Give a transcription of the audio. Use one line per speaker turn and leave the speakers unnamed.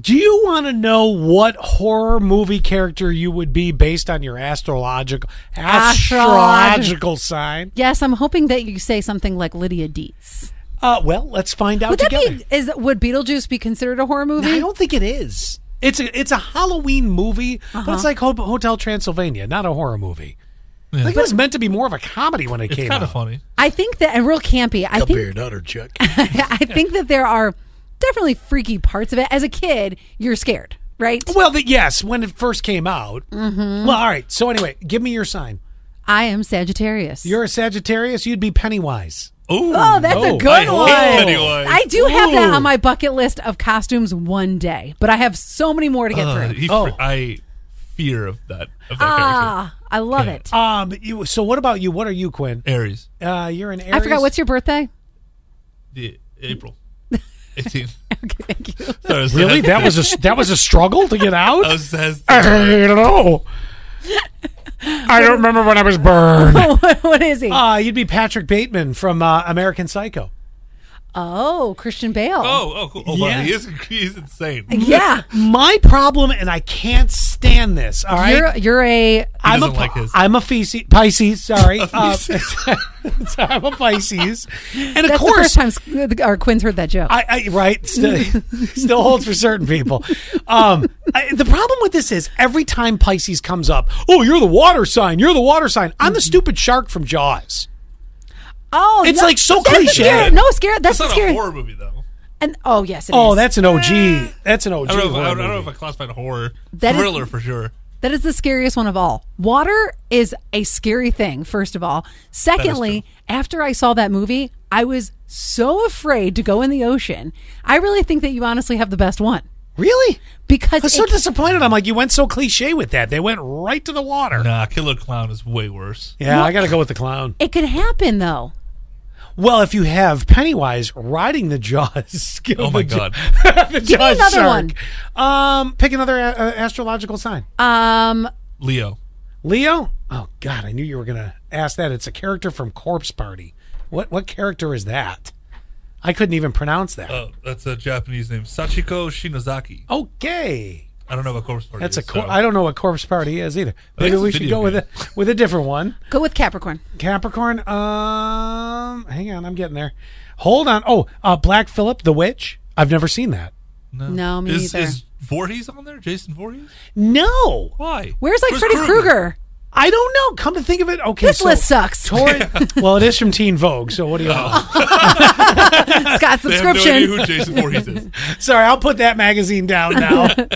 Do you want to know what horror movie character you would be based on your astrological astrological sign?
Yes, I'm hoping that you say something like Lydia Dietz.
Uh, well, let's find out
Would that
together.
be is would Beetlejuice be considered a horror movie?
I don't think it is. It's a it's a Halloween movie,
Uh-huh.
but it's like Ho- Hotel Transylvania, not a horror movie. I think it was meant to be more of a comedy when it
It's
came
kind
out.
of funny.
I think that and real campy. I
Cup
think
here, nutter chuck.
I think that there are definitely freaky parts of it. As a kid, you're scared, right?
Well, the, yes, when it first came out.
Mm-hmm.
Well, all right. So anyway, give me your sign.
I am Sagittarius.
You're a Sagittarius. You'd be Pennywise.
Ooh,
oh, that's a
Oh,
good
I hate
one.
Pennywise.
I do have that
Ooh.
on my bucket list of costumes one day, but I have so many more to get
Uh,
through.
he fr-
Oh.
I fear of that of that
Ah, I love it.
Um. You, so what about you? What are you, Quinn?
character. Aries,
Uh, you're an Aries.
I forgot what's your birthday.
the April, 18th.
Okay, thank you.
Sorry, I was
really.
hesitating.
That was a that was a struggle to get out.
I was hesitating.
I don't know. I don't remember when I was burned.
What- what is he?
Uh, you'd be Patrick Bateman from uh, American Psycho.
oh, Christian Bale.
Oh, oh, cool. Oh,
Yeah.
wow. He is, he's insane.
yeah.
My problem, and I can't stand this. All right,
You're you're a
I'm a
doesn't like his.
am a feces, Pisces. Sorry, Uh, so I'm a Pisces, and of
that's
course,
the first time S- our Quinn's heard that joke.
I, I right still, still holds for certain people. Um, I, the problem with this is every time Pisces comes up, oh, you're the water sign. You're the water sign. I'm the stupid shark from Jaws.
oh,
It's
no,
like so
that's the
cliche.
scary- no, scary. That's,
It's not
the scary.
a horror movie, though.
And oh yes, it is.
Oh, that's an OG. That's an OG.
I don't, know if, I,
horror
don't know
movie.
if I classify it horror.
That is-
Thriller, for sure.
that is the scariest one of all. Water is a scary thing. First of all, secondly, after I saw that movie, I was so afraid to go in the ocean. I really think that you honestly have the best one
Really?
because
I was so
it-
disappointed. I'm like, you went so cliche with that. They went right to the water.
Nah, Killer Clown is way worse.
Yeah, I got to go with the clown.
it could happen though.
Well, if you have Pennywise riding the Jaws,
Oh, my God.
the Jaws
another
shark. Um, pick another uh, uh, astrological sign.
Um,
Leo.
Leo? Oh God, I knew you were gonna ask that. It's a character from Corpse Party. What what character is that? I couldn't even pronounce that.
Oh, that's a Japanese name. Sachiko Shinozaki.
okay.
I don't know what corpse party
That's a
is,
cor-
so-
I don't know what Corpse Party is either.
uh,
Maybe
think it's a
we should
video
go with
game.
a with a different one.
go with Capricorn.
Capricorn, um hang on, I'm getting there. Hold on. Oh, uh Black Phillip the Witch. I've never seen that.
No, me
is,
neither.
Is Voorhees on there? Jason Voorhees?
No.
Why?
Where's like Freddy Krueger?
I don't know. Come to think of it, okay.
This
so
list sucks.
Tori- well, it is from Teen Vogue, so what do you know?
Oh.
Scott
They have no
subscription.
idea who Jason Voorhees is.
Sorry, I'll put that magazine down now.